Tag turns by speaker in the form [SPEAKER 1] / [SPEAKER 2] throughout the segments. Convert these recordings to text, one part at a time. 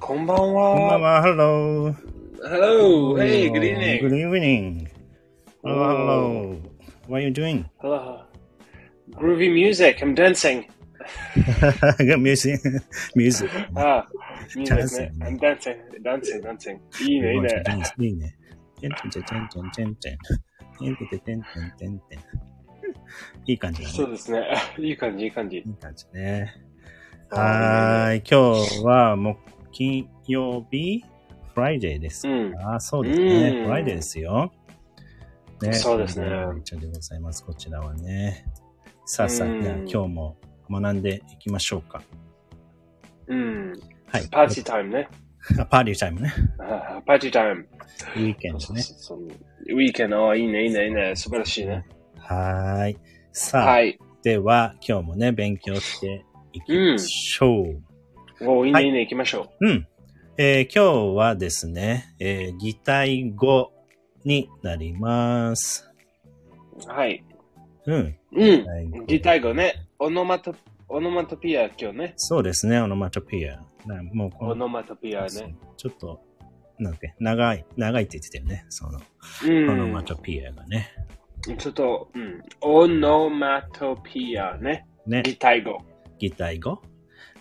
[SPEAKER 1] こんばん
[SPEAKER 2] こんばん
[SPEAKER 1] は。
[SPEAKER 2] は、ハロー。
[SPEAKER 1] Hello. Hey, good
[SPEAKER 2] Good
[SPEAKER 1] evening.
[SPEAKER 2] evening. Hello, hello. What are you doing?
[SPEAKER 1] Hello. Groovy music. I'm dancing.
[SPEAKER 2] Good music. music.
[SPEAKER 1] ああ、music ね
[SPEAKER 2] Dancing.。
[SPEAKER 1] I'm dancing. Dancing, dancing. いいね、いいね。
[SPEAKER 2] いいね。てんてんてんてんてんてんてん。てんてんてんてんてんてん。 いい感じだ
[SPEAKER 1] そ
[SPEAKER 2] ね。
[SPEAKER 1] うですね。いい感じ、いい感じ
[SPEAKER 2] い。い感じね。はーい。今日は木金曜日、Friday です
[SPEAKER 1] う。ん。
[SPEAKER 2] ああ、そうですね
[SPEAKER 1] う。ん
[SPEAKER 2] Friday ですよ。
[SPEAKER 1] そうですね
[SPEAKER 2] めちゃでございます。こちらはね。さあさあ、
[SPEAKER 1] うん
[SPEAKER 2] じゃあ今日も学んでいきましょうか。
[SPEAKER 1] うん。
[SPEAKER 2] はい。
[SPEAKER 1] パーティータイムね。
[SPEAKER 2] あ パーティータイムね。
[SPEAKER 1] ああパーティータイム。
[SPEAKER 2] ウィーケン
[SPEAKER 1] そ
[SPEAKER 2] ド
[SPEAKER 1] う
[SPEAKER 2] ね。
[SPEAKER 1] そうそうウィーケンド、ああいいね、いいね、いいね。素晴らしいね。
[SPEAKER 2] はーい。さあ、
[SPEAKER 1] はい。
[SPEAKER 2] では今日もね、勉強していきましょう。
[SPEAKER 1] おーいい
[SPEAKER 2] はい
[SPEAKER 1] ね、いいね、行きましょ
[SPEAKER 2] うん。えー今日はですね、えー擬態語になります。
[SPEAKER 1] う。はい。
[SPEAKER 2] うん。
[SPEAKER 1] うん。
[SPEAKER 2] はい
[SPEAKER 1] 擬態語ね。オノマト、オノマトピア今日ね。
[SPEAKER 2] そうですね、オノマトピア。なもうこの
[SPEAKER 1] オノマトピアね。
[SPEAKER 2] ちょっと、なんだっけ、長い、長いって言ってたよね。その、
[SPEAKER 1] う
[SPEAKER 2] オ
[SPEAKER 1] ん。
[SPEAKER 2] ノマトピアがね。
[SPEAKER 1] ちょっと、うん、オノマトピアね。
[SPEAKER 2] ね、
[SPEAKER 1] 擬態語。
[SPEAKER 2] 擬態語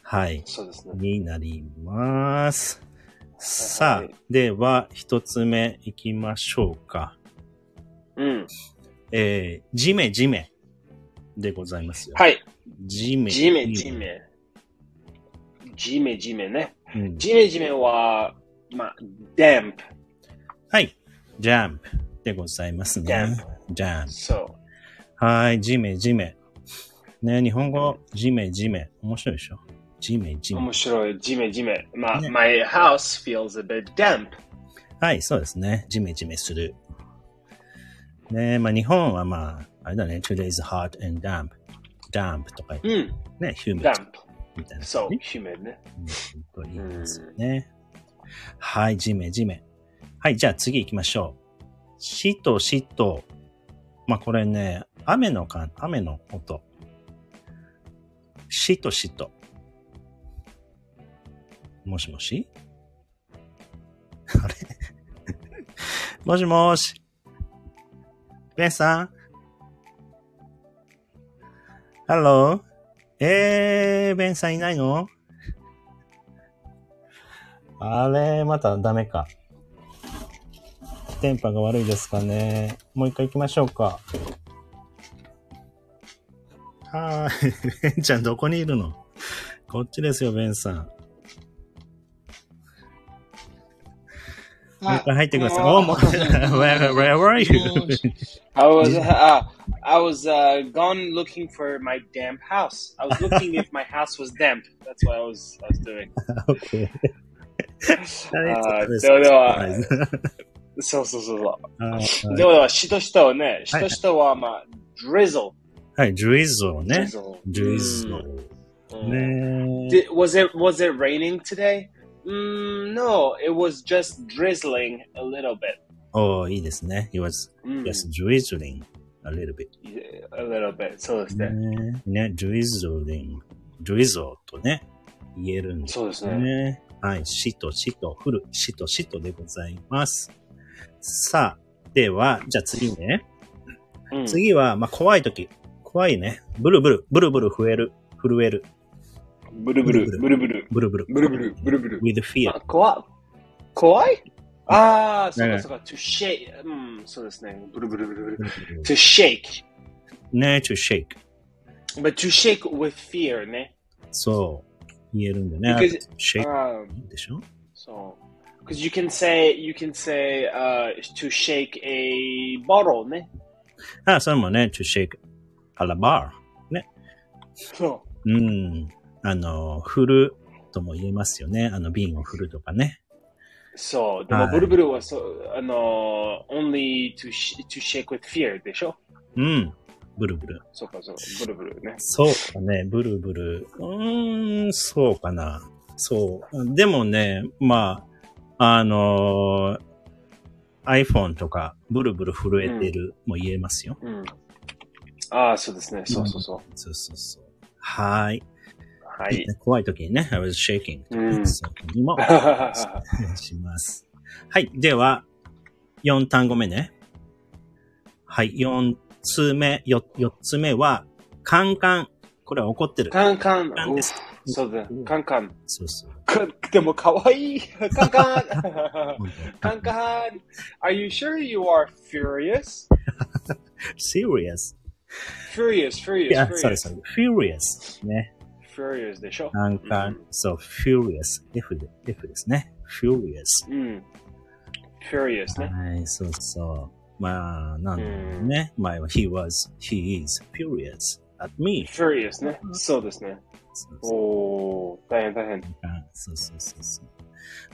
[SPEAKER 2] はい、
[SPEAKER 1] そうですね。
[SPEAKER 2] になります。さ
[SPEAKER 1] は
[SPEAKER 2] あ
[SPEAKER 1] い、
[SPEAKER 2] では、一つ目いきましょうか。
[SPEAKER 1] うん。
[SPEAKER 2] えー、ジメジメでございますよ。
[SPEAKER 1] はい。
[SPEAKER 2] ジメ
[SPEAKER 1] ジメジ。メ。ジメジメね。
[SPEAKER 2] うん
[SPEAKER 1] ジメジメは、まあ、ダンプ。
[SPEAKER 2] はい、ジャンプでございます
[SPEAKER 1] ジャン
[SPEAKER 2] ね
[SPEAKER 1] プ。
[SPEAKER 2] ジャンプ。
[SPEAKER 1] そ
[SPEAKER 2] はい、ジメジメ。ね、日本語、ジメジメ。面白いでしょジメジ
[SPEAKER 1] う。
[SPEAKER 2] メ
[SPEAKER 1] 面。白い。ジメジメ。まあ、
[SPEAKER 2] ね
[SPEAKER 1] my house feels a bit damp.
[SPEAKER 2] はい、そうですね。ジメジメする。ねまあ日本はまあ、あれだね。today's hot and damp. damp とか
[SPEAKER 1] う
[SPEAKER 2] 言っ
[SPEAKER 1] ん。
[SPEAKER 2] て
[SPEAKER 1] ダ
[SPEAKER 2] ね、humid
[SPEAKER 1] ン
[SPEAKER 2] みたいな、
[SPEAKER 1] プ。
[SPEAKER 2] ね。
[SPEAKER 1] そう。
[SPEAKER 2] ね。
[SPEAKER 1] humid ね。
[SPEAKER 2] と言いますよね。はい、ジメジメ。はい、じゃあ次行きましょう。しとしと。まあこれね、雨のか、雨の音。しとしと。もしもしあれ もしもし。ベンさん ?Hello? えー、ベンさんいないのあれ、またダメか。電波が悪いですかね。もう一回行きましょうか。は ーい。ベンちゃんどこにいるのこっちですよ、ベンさん。もう一回入ってください。おもう where, where were you?
[SPEAKER 1] I was uh, I was uh, gone looking for my damp house. I was looking if my house was damp. That's what I was I was doing. Uh,
[SPEAKER 2] okay.
[SPEAKER 1] あーではではそうそうそうそ
[SPEAKER 2] あー
[SPEAKER 1] う。
[SPEAKER 2] はい
[SPEAKER 1] ではでは、しとしとはね、しとしとはまあ、drizzle。
[SPEAKER 2] はい、ドリズルね。
[SPEAKER 1] drizzle。
[SPEAKER 2] ドリズル。ね
[SPEAKER 1] Did, was it was it raining today? Mm, no, it was just drizzling a little bit.
[SPEAKER 2] おーいいですね。It was
[SPEAKER 1] Mm,
[SPEAKER 2] just drizzling a little bit.
[SPEAKER 1] a little bit. そうですね。
[SPEAKER 2] ねね、drizzling、drizzle とね、言えるんです
[SPEAKER 1] そうです
[SPEAKER 2] よ
[SPEAKER 1] ね。
[SPEAKER 2] ね。はい、しとしと、降る、しとしとでございます。さあ、では、じゃあ次ね。
[SPEAKER 1] うん
[SPEAKER 2] 次は、まあ、怖い時。怖いね。ブルブル、ブルブル増える、震える、
[SPEAKER 1] ブルブル、ブルブル、
[SPEAKER 2] ブルブル。
[SPEAKER 1] ブルブル、ブルブル。
[SPEAKER 2] with fear.
[SPEAKER 1] あ怖怖いああ、そう
[SPEAKER 2] ね
[SPEAKER 1] かそうか。to shake. うん、そうですね。ブルブルブルブル。to shake.
[SPEAKER 2] ね、to shake.
[SPEAKER 1] But to shake with fear ね。
[SPEAKER 2] そう、言えるんだよね。
[SPEAKER 1] Because-
[SPEAKER 2] shake
[SPEAKER 1] あ
[SPEAKER 2] でしょ
[SPEAKER 1] そう。Because you can say, you can say, uh, to shake a bottle ね。
[SPEAKER 2] あ、それもね、to shake a la bar.
[SPEAKER 1] そ
[SPEAKER 2] うん。あの、振るとも言えますよね。あの、瓶を振るとかね。
[SPEAKER 1] う。そう。でも、
[SPEAKER 2] はい
[SPEAKER 1] ブルブルはそう、あの、only to, sh- to shake with fear でしょ
[SPEAKER 2] うん。ブルブル。
[SPEAKER 1] そうかそう。ブルブルね。
[SPEAKER 2] そうかね、ブルブル。うーん、そうかな。そう。でもね、まあ、あのー iPhone とか、ブルブル震えてるも言えますよ。
[SPEAKER 1] Hmm. Ah, うん。ああ、そうですね。そうそうそう。
[SPEAKER 2] そうそうそう。はーい。
[SPEAKER 1] はい。
[SPEAKER 2] 怖い時にね、I was shaking.
[SPEAKER 1] うん
[SPEAKER 2] そうにも、お願いします。はい。では、4単語目ね。はい。4つ目、よ4つ目は、カンカン。これは怒ってる。
[SPEAKER 1] カンカン。
[SPEAKER 2] カンです。
[SPEAKER 1] そうだ。カンカン。
[SPEAKER 2] そうそう。
[SPEAKER 1] かでもかわ いい。カンカン。
[SPEAKER 2] 本当
[SPEAKER 1] カンカン。Are you sure you are furious?
[SPEAKER 2] serious.
[SPEAKER 1] Furious, furious,
[SPEAKER 2] いや、それ
[SPEAKER 1] furious.
[SPEAKER 2] それ。furious ね。
[SPEAKER 1] Furious でしょ。
[SPEAKER 2] カンカン。そう、furious。F で、F ですね。furious。
[SPEAKER 1] うん。Furious ね。
[SPEAKER 2] はい、そうそう。まあ、なんだろうね。前は、he was, he is furious at me.
[SPEAKER 1] Furious ね。そうですね。
[SPEAKER 2] そうそう
[SPEAKER 1] おー、大変大変。
[SPEAKER 2] あそうそうそうそう。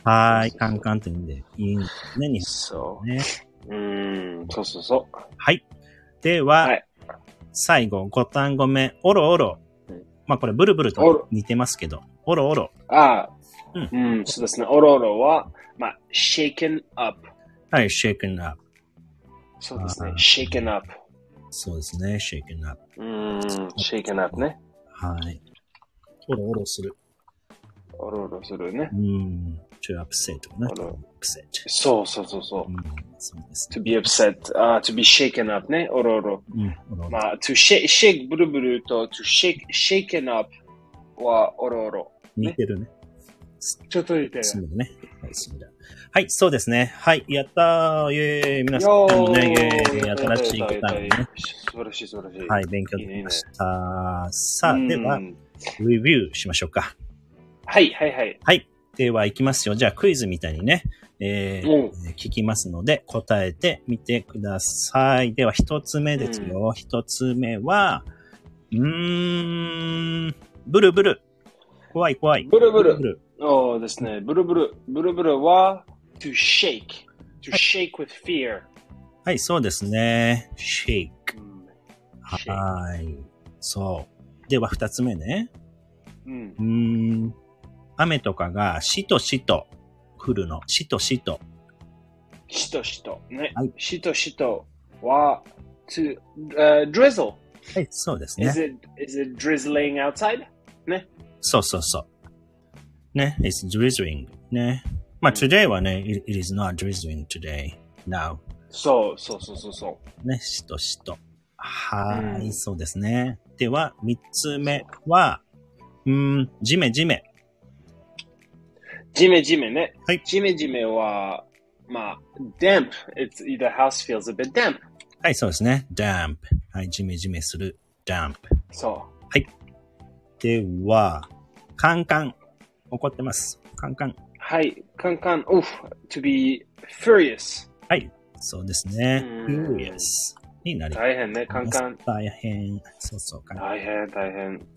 [SPEAKER 2] はーい、カンカンって言うんで、いいんですね、日
[SPEAKER 1] そ
[SPEAKER 2] 本ね。
[SPEAKER 1] う。うん、そうそうそ
[SPEAKER 2] はい。では、
[SPEAKER 1] はい
[SPEAKER 2] 最後、5単語目、おろおろ
[SPEAKER 1] うん。
[SPEAKER 2] まあこれ、ブルブル
[SPEAKER 1] おろ
[SPEAKER 2] と似てますけど、おろおろ。
[SPEAKER 1] う。あ
[SPEAKER 2] う
[SPEAKER 1] あ、うん、そうですね。オロオロは、まあ、shaken up。
[SPEAKER 2] はい、shaken up。
[SPEAKER 1] そうです
[SPEAKER 2] あ
[SPEAKER 1] ね
[SPEAKER 2] ー。
[SPEAKER 1] shaken up。
[SPEAKER 2] そうですね、shaken up。
[SPEAKER 1] うん、shaken up ね。
[SPEAKER 2] はい。おろおろする。
[SPEAKER 1] オロオロするね
[SPEAKER 2] う。ん、to upset とかね
[SPEAKER 1] お。ろ
[SPEAKER 2] upset。
[SPEAKER 1] そうそうそうそう
[SPEAKER 2] う。ん、そうですね。
[SPEAKER 1] to be upset, あー to be shaken up ね。オロオロ。
[SPEAKER 2] うん、おろおろ。
[SPEAKER 1] まあ、to shake, shake ブルブルと to shake, shaken up はオロオロ。
[SPEAKER 2] 似てるね。
[SPEAKER 1] ちょっと似てる。
[SPEAKER 2] すむね。はい、すむだ。はい、そうですね。はい、やったー。イェーイ。皆さん
[SPEAKER 1] よ
[SPEAKER 2] も
[SPEAKER 1] ー
[SPEAKER 2] ね、イェーイ。新しい
[SPEAKER 1] や
[SPEAKER 2] 答
[SPEAKER 1] ったやっ
[SPEAKER 2] え
[SPEAKER 1] た
[SPEAKER 2] を
[SPEAKER 1] や
[SPEAKER 2] ね
[SPEAKER 1] った。素晴らしい素晴らしい。
[SPEAKER 2] はい、勉強できました。さあ、
[SPEAKER 1] うん
[SPEAKER 2] では、レビューしましょうか。
[SPEAKER 1] はいはいはい。
[SPEAKER 2] はい。では、行きますよ。じゃあ、クイズみたいにね、えー
[SPEAKER 1] うん
[SPEAKER 2] 聞きますので、答えてみてください。では、一つ目ですよ。一、つ目は、うーん、ブルブル。怖い怖い。
[SPEAKER 1] ブルブル
[SPEAKER 2] ル。
[SPEAKER 1] そうですね。ブルブル。ブルブルは、to shake. To shake with fear.
[SPEAKER 2] はい、そうですね。shake。
[SPEAKER 1] うん
[SPEAKER 2] はい。そう。では、二つ目ね。
[SPEAKER 1] うん
[SPEAKER 2] う。ーん。雨とかが、しとしと降るの。しとしと。
[SPEAKER 1] しとしと。ね
[SPEAKER 2] はい。
[SPEAKER 1] しとしとは、to, uh, drizzle.
[SPEAKER 2] はい、そうです
[SPEAKER 1] Is
[SPEAKER 2] ね。
[SPEAKER 1] it, is it drizzling outside?
[SPEAKER 2] そうそうそう。ね、it's drizzling. ね。まあ、
[SPEAKER 1] うん
[SPEAKER 2] today はね、it, it is not drizzling today. Now.
[SPEAKER 1] そうそうそうそうそ
[SPEAKER 2] ね、しとしと。はーい、
[SPEAKER 1] うん
[SPEAKER 2] そうですね。では、三つ目は、うーん、じめじめ。
[SPEAKER 1] う。ジメジメね。
[SPEAKER 2] はい
[SPEAKER 1] ジメジメは、まあ、damp. It's, the house feels a bit damp.
[SPEAKER 2] はい、そうですね。damp. はい、じめじめする。damp.
[SPEAKER 1] そ
[SPEAKER 2] では、カンカン。怒ってます。カンカン。
[SPEAKER 1] う。はい。カンカン。Oof. To be furious.
[SPEAKER 2] はい。そうですね。
[SPEAKER 1] うん
[SPEAKER 2] furious になります。
[SPEAKER 1] 大変ね。カンカン。
[SPEAKER 2] 大変。そうそう、カンカン。
[SPEAKER 1] 大変大変。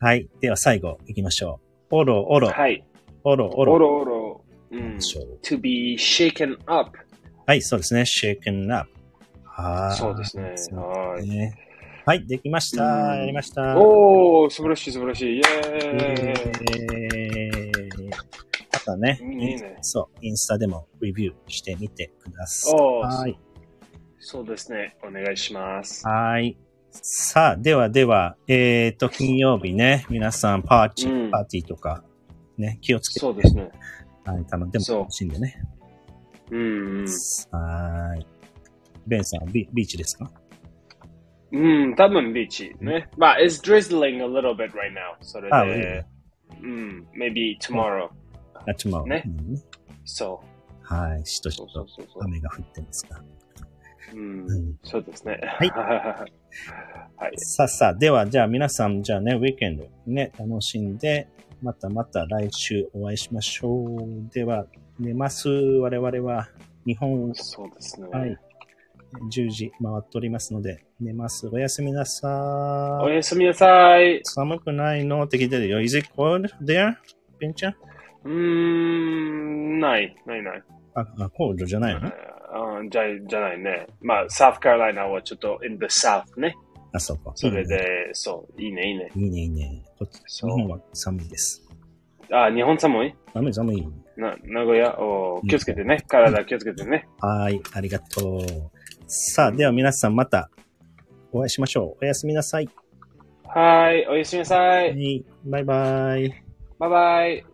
[SPEAKER 2] はい。では最後行きましょう。おろおろ、
[SPEAKER 1] はい。
[SPEAKER 2] おろお
[SPEAKER 1] お
[SPEAKER 2] ろ。
[SPEAKER 1] ろおろ。うん
[SPEAKER 2] で。しょう
[SPEAKER 1] Mm. to be shaken up。
[SPEAKER 2] はい、そうですね。shaken up。はーい。
[SPEAKER 1] そうですね。
[SPEAKER 2] そう
[SPEAKER 1] は
[SPEAKER 2] です
[SPEAKER 1] い。
[SPEAKER 2] ね。はい、できました。
[SPEAKER 1] うん
[SPEAKER 2] やりました。
[SPEAKER 1] おー、素晴らしい素晴らしい。イ
[SPEAKER 2] え
[SPEAKER 1] ェ
[SPEAKER 2] Mm.
[SPEAKER 1] ーイ。
[SPEAKER 2] ーあとはね、
[SPEAKER 1] いいね
[SPEAKER 2] そう、インスタでもレビューしてみてください。
[SPEAKER 1] お
[SPEAKER 2] は
[SPEAKER 1] ー
[SPEAKER 2] い。
[SPEAKER 1] そうですね。お願いし
[SPEAKER 2] Ah,
[SPEAKER 1] ます。
[SPEAKER 2] はい。さあ、ではでは、えっ、と、金曜日ね、皆さんパーティー、
[SPEAKER 1] うん
[SPEAKER 2] パーティーとか、ね、気をつけて、
[SPEAKER 1] そうですね。
[SPEAKER 2] はい、たまで
[SPEAKER 1] そう
[SPEAKER 2] も楽しんでね。
[SPEAKER 1] うん。
[SPEAKER 2] はーい。ベンさんビ、ビーチですか
[SPEAKER 1] うん、多分ビーチね。まあ、it's drizzling a little bit right now. それ
[SPEAKER 2] あ、
[SPEAKER 1] で、うん、maybe tomorrow.
[SPEAKER 2] あっちも、
[SPEAKER 1] ね
[SPEAKER 2] うん
[SPEAKER 1] そ
[SPEAKER 2] はい、しと
[SPEAKER 1] う。
[SPEAKER 2] し
[SPEAKER 1] そうそ
[SPEAKER 2] と
[SPEAKER 1] うそうそ
[SPEAKER 2] 雨が降ってますが。
[SPEAKER 1] う。うん
[SPEAKER 2] う、ん、
[SPEAKER 1] そうですね。
[SPEAKER 2] い
[SPEAKER 1] はい。
[SPEAKER 2] さあさあ、では、じゃあ皆さん、じゃあね、ウィーケンドね、楽しんで、またまた来週お会いしましょう。では、寝ます。我々は、日本
[SPEAKER 1] そうですね。
[SPEAKER 2] はい。10時回っておりますので、寝ます。おやすみな
[SPEAKER 1] お
[SPEAKER 2] さい。
[SPEAKER 1] やすみなさい。
[SPEAKER 2] 寒くないのって聞いてるよ。Is it cold there? ペンちゃん
[SPEAKER 1] うーん、ない、ないない。
[SPEAKER 2] あ、あ、コールドじゃないの
[SPEAKER 1] うん、じゃじゃないね。まあ、サーフカロライナはちょっと、in the south ね。
[SPEAKER 2] あ、そうか。
[SPEAKER 1] それで、そう、いいね、いいね。
[SPEAKER 2] いいね。いいね、いいね。こっち、日
[SPEAKER 1] そう
[SPEAKER 2] 本は寒いです。
[SPEAKER 1] あ、日本寒い
[SPEAKER 2] 寒い、寒い。
[SPEAKER 1] な名古屋おー気をつけてね。体気をつけてね。
[SPEAKER 2] はい、ありがとう。さあ、では皆さんまたお会いしましょう。おやすみなさい。
[SPEAKER 1] はい。
[SPEAKER 2] はい、おやすみなさ。
[SPEAKER 1] はいい、バイバイ。
[SPEAKER 2] バイバイ。